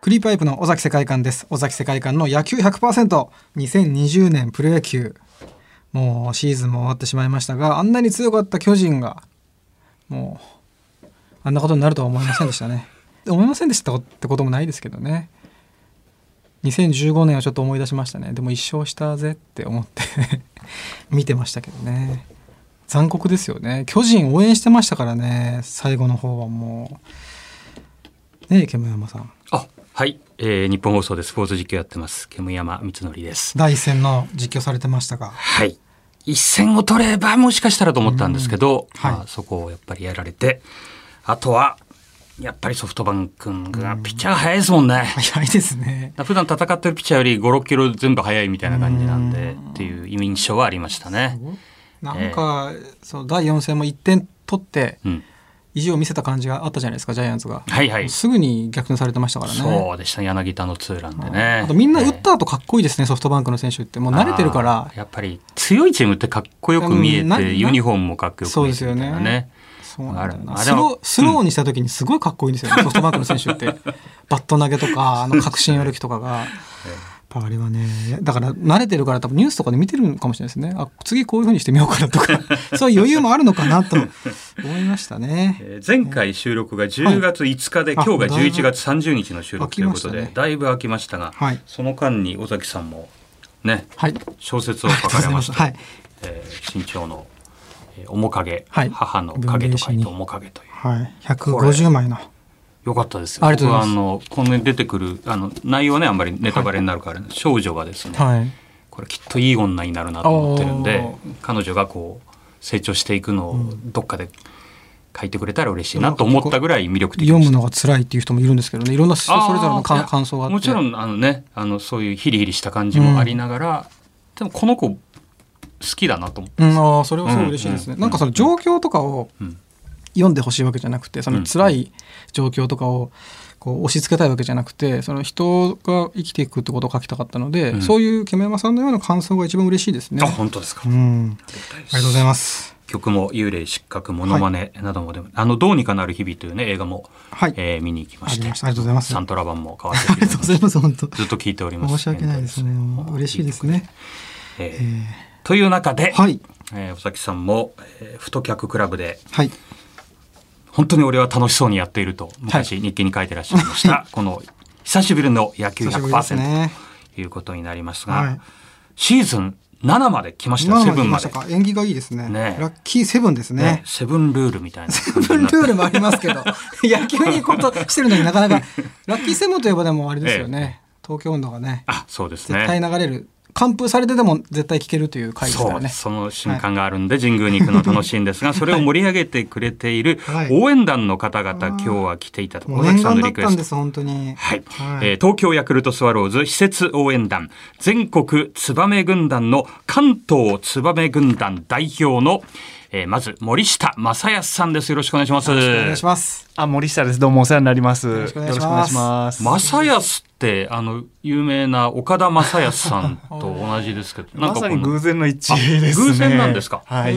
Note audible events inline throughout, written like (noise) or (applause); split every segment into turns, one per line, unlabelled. クリーパイプの尾崎世界観です。尾崎世界観の野球 100%2020 年プロ野球。もうシーズンも終わってしまいましたが、あんなに強かった巨人が、もう、あんなことになるとは思いませんでしたね。 (laughs) 思いませんでしたってこともないですけどね。2015年はちょっと思い出しましたね。でも一生したぜって思って (laughs) 見てましたけどね。残酷ですよね。巨人応援してましたからね、最後の方はもう。ねえ、煙山さん。
あはい、えー、日本放送でスポーツ実況やってます煙山光則です
第一戦の実況されてましたが。
はい一戦を取ればもしかしたらと思ったんですけど、
うんはい
まあ、そこをやっぱりやられてあとはやっぱりソフトバンクがピッチャーが速いですもんね、
早いですね。
普段戦ってるピッチャーより56キロ全部速いみたいな感じなんで
うん
っていう印象はありましたね。
なんか、その第4戦も1点取って
うん、
意地を見せた感じがあったじゃないですかジャイアンツが、
はいはい、
すぐに逆転されてましたからね
そうでしたね柳田のツーランでね。
あとみんな打った後かっこいいですねソフトバンクの選手ってもう慣れてるか
あ
ら
ーやっぱり強いチームってかっこよく見え
うんなな
てユニフォームもかっこよく見えてみたいな
そうですよ
ね
ねそうなんだよな
あ
ス
でも
ロースローにした時にすごいかっこいいんです
(laughs)
よね、ソフトバンクの選手ってバット投げとかあの確信歩
(laughs)
きとかが。やっぱあれはねだから慣れてるから多分ニュースとかで見てるのかもしれないですねあ次こういうふうにしてみようかな
(laughs)
とかそういう余裕もあるのかなと思いましたね。
えー前回収録が10月5日で、
はい
今日が
あだいぶ
11月30日の収録ということで、
飽きましたね
だいぶ空きましたが、
はい
その間に尾崎さんもね
はい
小説を書かれました
(laughs) ありがとう
えー新潮の、えー面影、
はい
母の影と書い
文芸誌に
て面影という
はい、150枚の
よかったですよ
ありがとうございます
僕はあのこの出てくるあの内容はねあんまりネタバレになるから、少女がですね、
はい
これきっといい女になるなと思ってるんで
お
彼女がこう成長していくのをどっかで書いてくれたら嬉しいなと思ったぐらい魅力的で
読
した
むのが辛いっていう人もいるんですけどねいろんなそそれぞれの
あ
感
ー
感想があって
もちろんあのねあのそういうヒリヒリした感じもありながら、でもこの子好きだなと思って、
うん、あーそれはすごい嬉しいですね、
うん
なんかその状況とかを
うん
読んでほしいわけじゃなくてその辛い状況とかをこう押し付けたいわけじゃなくてその人が生きていくってことを書きたかったので、
うん
そういう煙山さんのような感想が一番嬉しいですね
あ。本当ですか、
う
あ
ん、
り
ありがとうございます。
曲も幽霊失格モノマネなどもでも、あのどうにかなる日々というね映画も、
はい、
えー見に行きまし
あり
て
ましたありがとうございます
サントラ版も買わ
あ
せ
り
てい
が (laughs)
た
とう
だ
ご
きま
ざい
し
ます本当
たずっと聞いております
申し訳ないですね
現在
嬉しいですね。
えー
えー
という中で、
はい
えー尾崎さんも、えー、太客クラブで
はい
本当に俺は楽しそうにやっていると昔日記に書いてらっしゃいました、この久しぶりの野球
久しぶりです
100%
ね。
ということになりますが、
はい。
シーズン7まで来ました
今
よセ
の
ブ
来
ンま
ま
で
した。か縁起がいいですね。
ね
ラッキーセブンです
ね
ね。
セブンルールみたいな感
セ
じ
ブン
になっ
ル
て
ールもありますけど (laughs) 野球にことしてるのになかなかラッキーセブンといえばでもあれですよね、東京温度がね
あそうです
絶対
ね
流れる完封されてでも絶対聞けるという回ですか
そ
ら
う
ね
その瞬間があるんで、神宮に行くの楽しいんですがそれを盛り上げてくれている
はい
応援団の方々、今日は来ていたと
もう
尾
念
崎さん
願
の
だっ
リクエ
た
ス
ん
ト
です本当に
はい、
はい
えー東京ヤクルトスワローズ施設応援団全国ツバメ軍団の関東ツバメ軍団代表の、えーまず森下正康さんですよろしくお願いします
お願いします
あ、森下です。どうもお世話になります。よ
ろ
ろ
し
し
く
く
お
お
願
願
い
い
し
し
ます
ます。
正康ってあの有名な岡田正康さんと同じですけ (laughs) ど
まさに
この
偶然の一致ですね。
偶然なんですか
はい。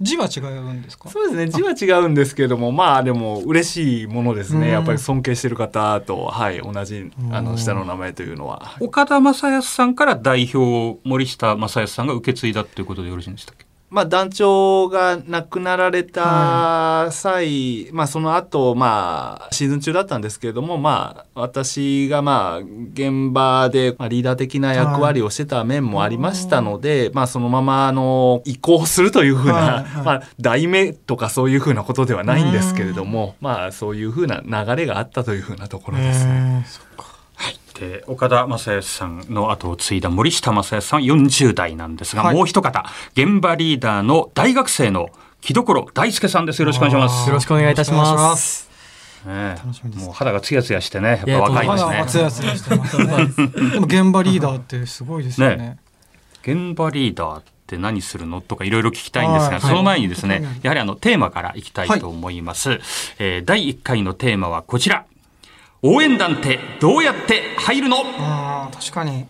字は違うんですか
そうですね。字は違うんですけども、まあでも嬉しいものです
うん
ね。やっぱり尊敬してる方と、はい、同じあ
うん
の下の名前というのは。
岡田正康さんから代表を森下正康さんが受け継いだっていうことでよろしいんでしたっけ
まあ団長が亡くなられた際、まあその後まあシーズン中だったんですけれども、まあ私がまあ現場でまあリーダー的な役割をしてた面もありましたので、まあそのままあの移行するというふうな、
はいはい
まあ題名とかそういうふうなことではないんですけれども、まあそういうふうな流れがあったというふうなところですね。
で岡田正義さんの後を継いだ森下正義さん40代なんですが、
はい
もう一方現場リーダーの大学生の木所大輔さんですよろしくお願いします
よろしくお願いいたします
ねえ
楽しみです
もう肌がツヤツヤしてねやっぱ若い
まだ
で
は
す
つ
ね
やつやしてますね (laughs) でも現場リーダーってすごいですよね
ね現場リーダーって何するのとかいろいろ聞きたいんですが、
はい
その前にですね、
はい
やはりあのテーマからいきたいと思います、えー第1回のテーマはこちら応援団ってどうやって入るの、
あー確かに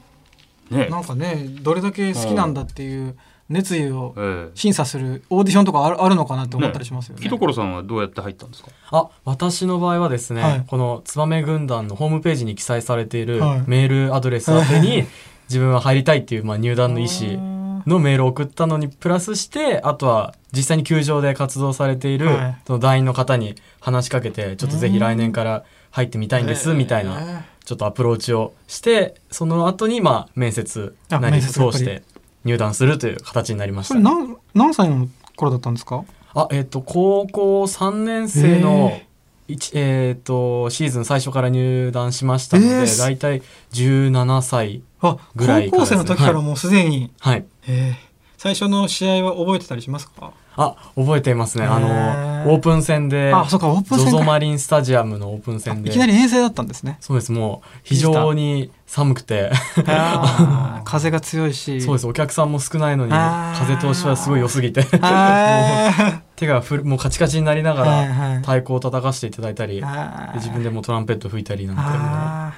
ねえ
なんかねどれだけ好きなんだっていう熱意を
ええ
審査するオーディションとかあるあるのかなって思ったりしますよね。
木所さんはどうやって入ったんですか。
あ私の場合はですね、
はい
このツバメ軍団のホームページに記載されている
はい
メールアドレス宛てに自分は入りたいっていう、まあ、入団の意思のメールを送ったのにプラスしてあとは実際に球場で活動されている
はい
その団員の方に話しかけてちょっとぜひ来年から入ってみたいんですみたいな
な。
ちょっとアプローチをしてその後にまあ面接
あ
なり
面
通
接やっぱり
して入団するという形になりまし
そ
た
れ。何何歳の頃だったんですか。
あえっ、と高校3年生の
え
一えっ、とシーズン最初から入団しましたので、
えー
大体17歳
あ、
ぐらい
高
か
校
らです
生
ね
の時からもうすでに、
はい
えー最初の試合は覚えてたりしますか。
あ覚えていますねあ
へー
のオープン戦で
あ、そうかオープン
ZOZO
戦か
マリンスタジアムのオープン戦
あ
で
いきなり遠征だったんですね。
そうですもう非常に寒くて
あー
(laughs)
風が強いし。
そうですお客さんも少ないのに
あー
風通しはすごい良すぎて
は
手がふるもうカチカチになりないが
はい
ら
はい。
太鼓を叩かせていただいたりで
あー
自分でもトランペット吹いたりなんてもうあ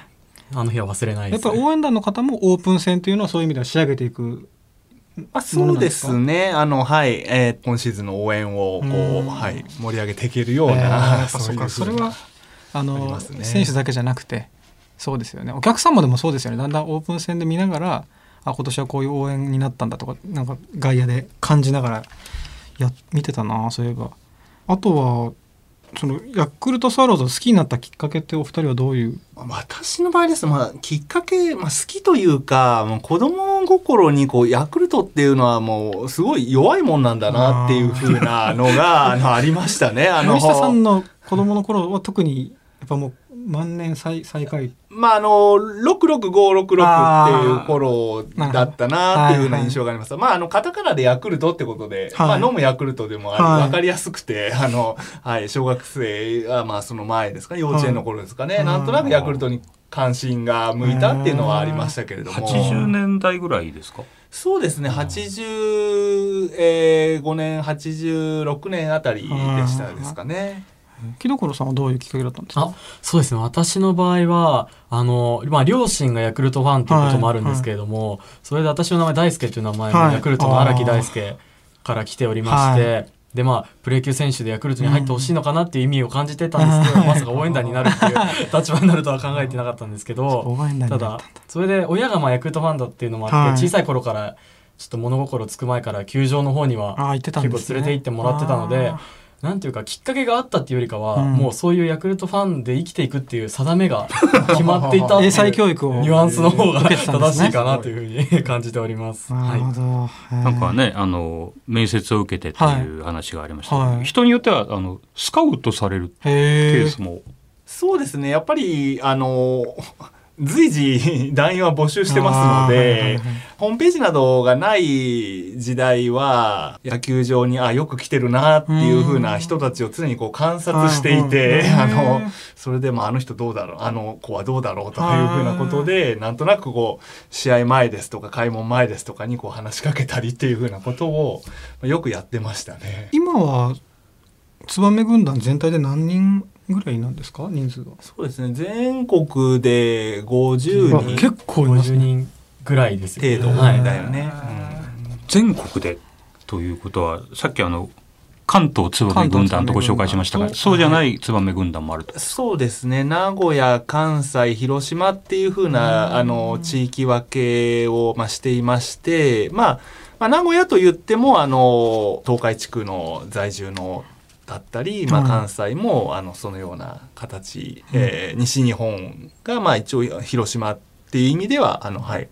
あ
の日は忘れな
ー
いで
やっ
す、
ぱ
ね、
応援団の方もオープン戦というのはそういう意味では仕上げていく。
まあ、そうですね。あの、はい、えー今シーズンの応援を、こ
う
う、
ん
はい、盛り上げていけるよう
えーや
な、
っぱ
そう
そ
いううふう
か
な
それはあ
あり
の
ますね
選手だけじゃなくてそうですよねお客様でもそうですよねだんだんオープン戦で見ながらあ今年はこういう応援になったんだとかなんか外野で感じながらや見てたなそういえばあとはそのヤクルトスワローズを好きになったきっかけってお二人はどういう
私の場合ですと、まあ、きっかけ、まあ、好きというか、もう子供心にこうヤクルトっていうのはもうすごい弱いもんなんだなっていうふうなのがあのありましたね。あの
森下さんの子供の頃は特にやっぱもう万年最最下位
まああの66566ってい
あー
う頃だったなっていうような印象があります。まああのカタカナでヤクルトってことで、
はい
まあ飲むヤクルトでもあり、
はい
わかりやすくて、あのはい小学生はまあその前ですか幼稚園の頃ですかね、
はい
なんとなくヤクルトに関心が向いたっていうのはありましたけれども。
八十年代ぐらいですか。
そうですね、85年、86年あたりでしたですかね。
木所さんはどういうきっかけだったんですか
あそうですね私の場合はあの、まあ、両親がヤクルトファンということもあるんですけれども、それで私の名前大輔という名前も
はい
ヤクルトの荒木大輔から来ておりまして、でまあプロ野球選手でヤクルトに入ってほしいのかなっていう意味を感じてたんですけど、まさか応援団になるっていう立場になるとは考えてなかったんです
(laughs)
けど。
応援団
た
になっ
だ
たんだ
それで親がまあヤクルトファンだっていうのもあって、
はい
小さい頃からちょっと物心つく前から球場の方に
あー
は
行ってたん
結
です
構
ね
連れて行ってもらってたので
あ
なんていうかきっかけがあったっていうよりかは、
うん
もうそういうヤクルトファンで生きていくっていう定
(laughs)
めが決まっていたってい
英
う
才教育を
ニュアンスの方が
受けてたんで
正
す
し
ね
いかなというふうに感じております。
な
は
るほ
い、
ど、へー
なんかね、あの面接を受けてっていう話がありましたけど、
はい
人によってはあのスカウトされるケ
へ
ー
え
スも、
そうですね、やっぱり、あの、 (laughs) 随時、団員は募集してますの
あーはいはい
で
はい、
ホームページなどがない時代は、野球場に、あ、よく来てるなっていう風な人たちを常にこう観察していて、
うん
(laughs) あ
へ
の
ー、
それでもあの人どうだろう、あの子はどうだろうという風なことで、なんとなくこう、試合前ですとか、開門前ですとかにこう話しかけたりっていう風なことを、まあよくやってましたね。
今は燕軍団全体で何人ぐらいなんですか人数が
そうですね、全国で50
あ
人。
結構います
50
ね
人ぐらいですよ、
程度
はい
だよね。
全国でということはさっきあの関東つばめ軍団とご紹介しましたが、
関東
そうじゃないつばめ軍団もあると。
そうですね名古屋関西広島っていう風なあの地域分けを、まあ、していまして、まあ、まあ名古屋と言ってもあの東海地区の在住のだったり、ま
う
あ、
ん
関西も、あのそのような形、えー西日本が、まあ、一応広島っていう意味ではあの、はい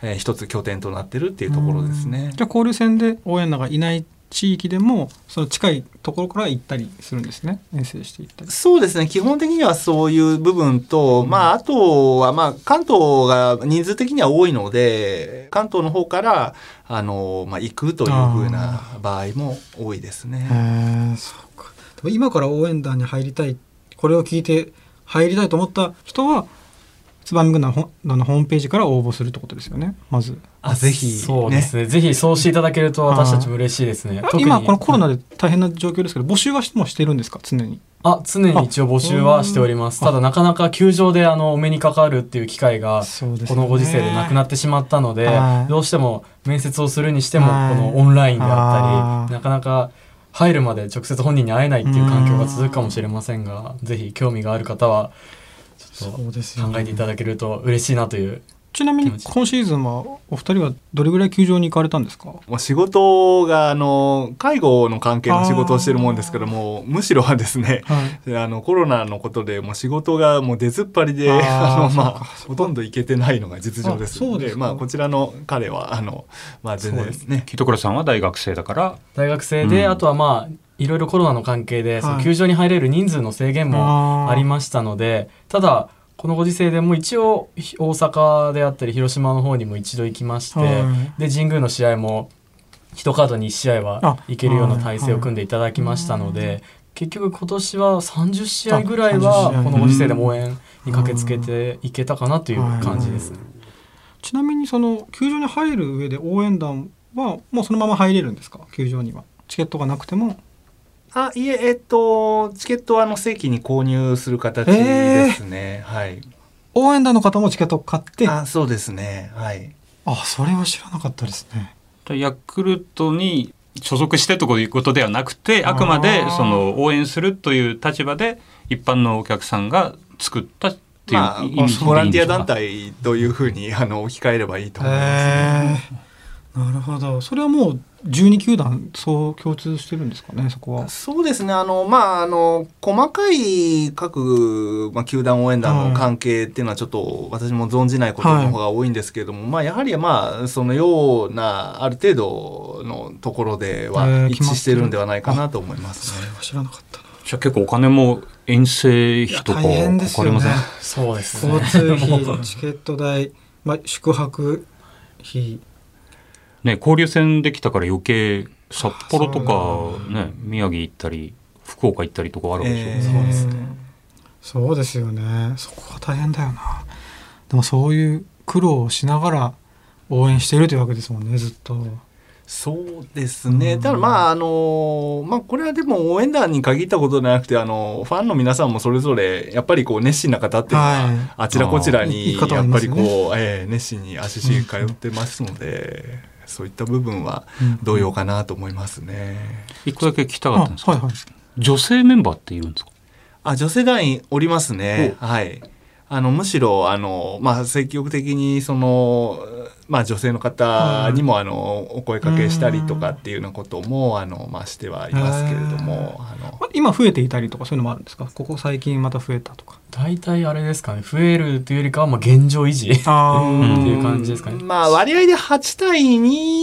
えー一つ拠点となってるっていうところですね。
じゃあ交流戦で応援団がいない地域でもその近いところから行ったりするんですね遠征して行ったり
そうですね基本的にはそういう部分と、まあ、あとは、まあ、関東が人数的には多いので関東の方からあの、まあ、行くというふうな場合も多いですね。
へえそうかでも今から応援団に入りたいこれを聞いて入りたいと思った人はつばみ軍団ほのホームページから応募するってことですよねまず
あぜひ
そうですねぜひそうしていただけると私たちも嬉しいですね特に
今このコロナで大変な状況ですけど募集はもうしてるんですか常に
あ常に一応募集はしておりますただなかなか球場であのお目にかかるっていう機会が
そうですね
このご時世でなくなってしまったので、
はい
どうしても面接をするにしてもこ
はい
のオンラインであ
あ
っ
ー
たりなかなか入るまで直接本人に会えないっていう環境が続くかもしれませんがぜひ興味がある方はちょっ
うです
と考えていただけると嬉しいなという
ちなみに
気持ち
今シーズンはお二人はどれぐらい球場に行かれたんですか
もう仕事があの介護の関係の仕事をしてるもんですからもうむしろはですね
はい
であのコロナのことでもう仕事がもう出ずっぱりで
あー
(laughs) あの、
そう
まあ、
か
ほとんど行けてないのが実情です
あそう
の
で
です
か
まあ、こちらの彼はあの、まあ、全
そ
然
うで
ですね
木戸倉さんは大学生だから
大学生で、
うん
あとはまあいろいろコロナの関係で、その
はい
球場に入れる人数の制限
あ
も
ー
ありましたのでただこのご時世でも一応ひ大阪であったり広島の方にも一度行きまして、
は
で神宮の試合も1カードに1試合は
あ
行けるような体制を組んでいただきましたので、結局今年は30試合ぐらい
あ30試
は
合
このご時世でも応援に駆けつけていけたかなという感じですね。
ちなみにその球場に入る上で応援団はもうそのまま入れるんですか球場にはチケットがなくても
あいええっとチケットはあの正規に購入する形ですね、はい
応援団の方もチケットを買ってあ
あそうですねはい
それは知らなかったですね
ヤクルトに所属してということではなくてあくまで
あー
その応援するという立場で一般のお客さんが作ったっていう
まあ
意味でいいんでしょうか
ボランティア団体というふうにあの置き換えればいいと思います、
えなるほどそれはもう12球団そう共通してるんですかねそこは
そうですねあのまああの細かい各、まあ、球団応援団の関係っていうのはちょっと私も存じないことの方が多いんですけれども、まあやはりまあそのようなある程度のところで
え
は
ー
一
決まって
致
る
してるんではないかなと思います、
それは知らなかったな
じゃあ結構お金も遠征費とか
いや大変ですよ
か
ね
かりま
そうですね
交通費 (laughs) チケット代、まあ、宿泊費
せんね交流戦できたから余計札幌と
そ
か、ね、宮城行ったり福岡行ったりとかあるわけでしょ、
えー
そうですねそうですよねそこが大変だよなでもそういう苦労をしながら応援しているというわけですもんねずっと
そうですね。ただまああのまあこれはでも応援団に限ったことじゃなくてあのファンの皆さんもそれぞれやっぱりこう熱心な方っていうのは、
はい
あちらこちらに
あ
や
ーいい方もい
っ
ま
ぱ
す
り
よ
こ
ね
う、えー熱心に足しげく通ってますので、そういった部分は
うん
同様かなと思いますね。
一個だけ聞きたかっ
あ
たんですけど、
はいはい
女性メンバーっているんですか
あ女性団員おりますね。はい。あのむしろあのまあ積極的にそのまあ女性の方にもあのお声かけしたりとかっていうようなこともあのまあしてはいますけれども、あの
まあ今増えていたりとかそういうのもあるんですかここ最近また増えたとか
大体あれですかね増えるというよりかはまあ現状維持って
あ
ー
いう感じですかね。
まあ割合で8対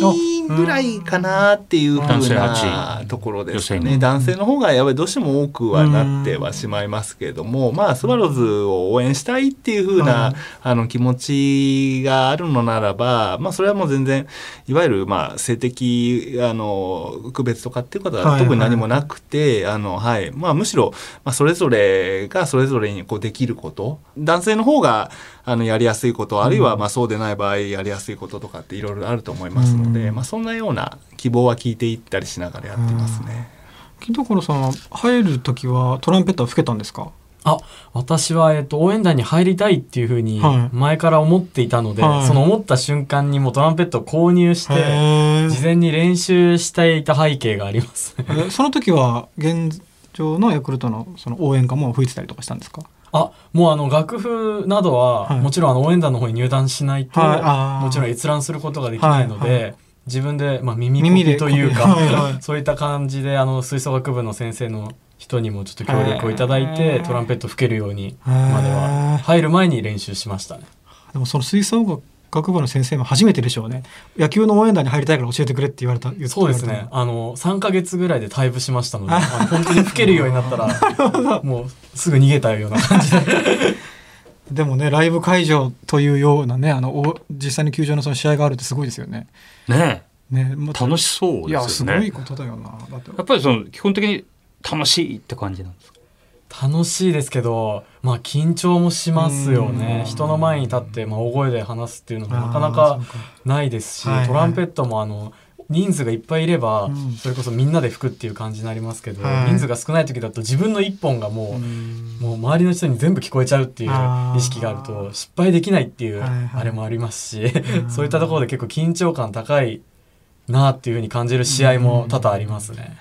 2ぐらいかなっていうふ
男
う
性
な
8
ところです
女性
ね。
に
男性の方がやっぱりどうしても多くはなってはしまいますけれども、まあスワローズを応援したいっていうふう
うん
なあの気持ちがあるのならば、まあそれはもう全然いわゆるまあ性的あの区別とかっていうこと
はいは
はい特に何もなくて、あのはい、まあむしろまあそれぞれがそれぞれにこうできること、男性の方があのやりやすいことあるいはまあそうでない場合やりやすいこととかっていろいろあると思いますので、
うん
まあそんなような希望は聞いていったりしながらやってますね。
木所さんは入る時はトランペットは吹けたんですか
あ私は、えっと、応援団に入りたいっていうふうに
はい
前から思っていたので、
はい
その思った瞬間にもうトランペットを購入し
へ
て
ー
事前に練習していた背景があります (laughs) ね
えその時は現状のヤクルトのその応援歌も吹いてたりとかしたんですか
あもうあの楽譜などは、
はい
もちろんあの応援団の方に入団しないと、
はいあー
もちろん閲覧することができないので、
はい
自分で、まあ、耳コ
耳
ピ
で
というか、
コピーはいはい
(laughs) そういった感じであの吹奏楽部の先生の人にもちょっと協力をいただいて、
へー
トランペット吹けるようにまでは
へー
入る前に練習しましたね。
でもその吹奏楽部の先生も初めてでしょうね野球の応援団に入りたいから教えてくれって言われた言って
そうですね。あの、3ヶ月ぐらいで退部しましたので、あの本当に吹けるようになったら、もうすぐ逃げたような感じで。
でもねライブ会場というようなねあのお実際に球場のその試合があるってすごいですよね
ね
ねも
え
う
楽しそう
い
で
や
す
す
よ
ご
ね
いことだよなだって
やっぱりその基本的に楽しいって感じなんですか
楽しいですけど、まあ、緊張もしますよ
うん
ね人の前に立って、まあ、大声で話すっていうのがなかな
あ
か
ーそう
ないですし、
はいはい
トランペットもあの人数がいっぱいいれば、
うん
それこそみんなで吹くっていう感じになりますけど、
はい
人数が少ない時だと自分の一本がもう、もう周りの人に全部聞こえちゃうっていう
あー
意識があると失敗できないっていう
はいはい
あれもありますし、
ん
そういったところで結構緊張感高いなっていうふうに感じる試合も多々ありますね。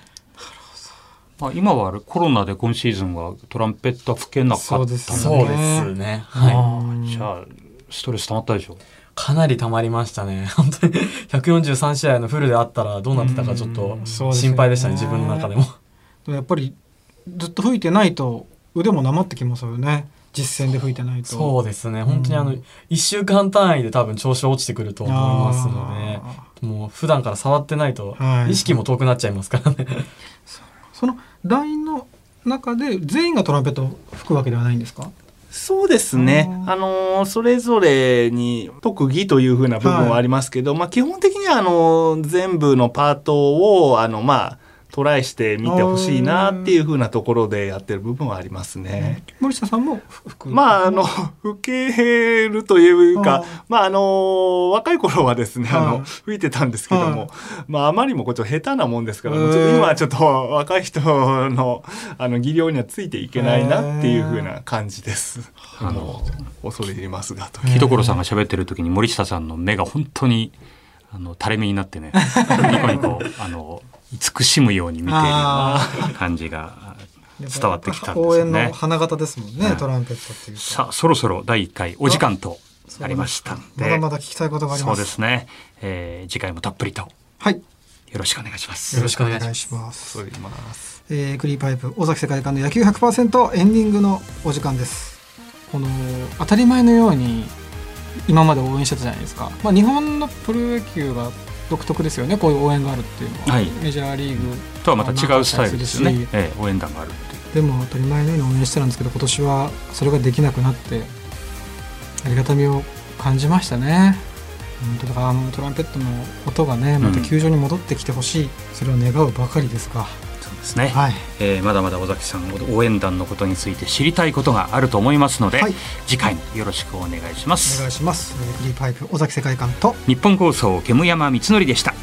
まあ、今はあれコロナで今シーズンはトランペットは吹けなかった
そ
ん
う
だ
です
ね
そうですね。はい。
うん
じゃあストレス溜まったでしょ
かなり溜まりましたね。 (laughs) 本当に143試合のフルであったらどうなってたかちょっと
うんそうですよね
心配でしたね、自分の中で
(laughs)
も。
でもやっぱりずっと吹いてないと腕もなまってきますよね実践で吹いてないと
そうですね。本当にあ
う
の、1週間単位で多分調子落ちてくると思いますの
あ
で、もう普段から触ってないと
はい
意識も遠くなっちゃいますからね。
ーその台の中で全員がトランペットを吹くわけではないんですか
そうですね
う。ん
あのーそれぞれに特技というふうな部分はありますけど、まあ基本的にはあのー全部のパートをあのまあトライしてみてほしいなっていうふうなところでやってる部分はありますね。
森下さんも吹く
まああの (laughs) 受けるというか
あ、
まああのー若い頃はですねあ
はい
の吹いてたんですけど
はい
も、まああまりにもこっちは下手なもんですから、もうちょっ
へ
と
ー
今はちょっと若い人のあの技量にはついていけないなっていうふうな感じです。
あの
恐れ入りますがと
ん
木所さんが喋ってる時に森下さんの目が本当にあの垂れ目になってね (laughs) ニコニコあの慈しむように見ているような感じが伝わってきたんです
応
よ
援の
ね。
花形ですもんね、
はい
トランペットっていうと
さあそろそろ第1回お時間となりましたんで
まだまだ聞きたいことがあり
そ
ま
う
す
ですね、えー次回もたっぷりと
はい
よろしくお願いします。
よろしくお願いします
します
恐れ入ります
えー、クリーパイプ尾崎世界観の野球100%エンディングのお時間ですこの当たり前のように今まで応援してたじゃないですか、まあ、日本のプロ野球が独特ですよねこういう応援があるっていうのは、
はい
メジャーリーグ
とはまた違うスタイルですよ
まあ
ね
ま。
ええ応援団があるっていう
でも当たり前のように応援してたんですけど今年はそれができなくなってありがたみを感じましたね本当だからあのトランペットの音がねまた球場に戻ってきてほしい、それを願うばかりですが、
そうですね。
はい
えーまだまだ尾崎さん応援団のことについて知りたいことがあると思いますので、
はい
次回もよろしくお願いしま
お
す
願いします。えーフリーパイプ尾崎世界観と
日本放送煙山光則でした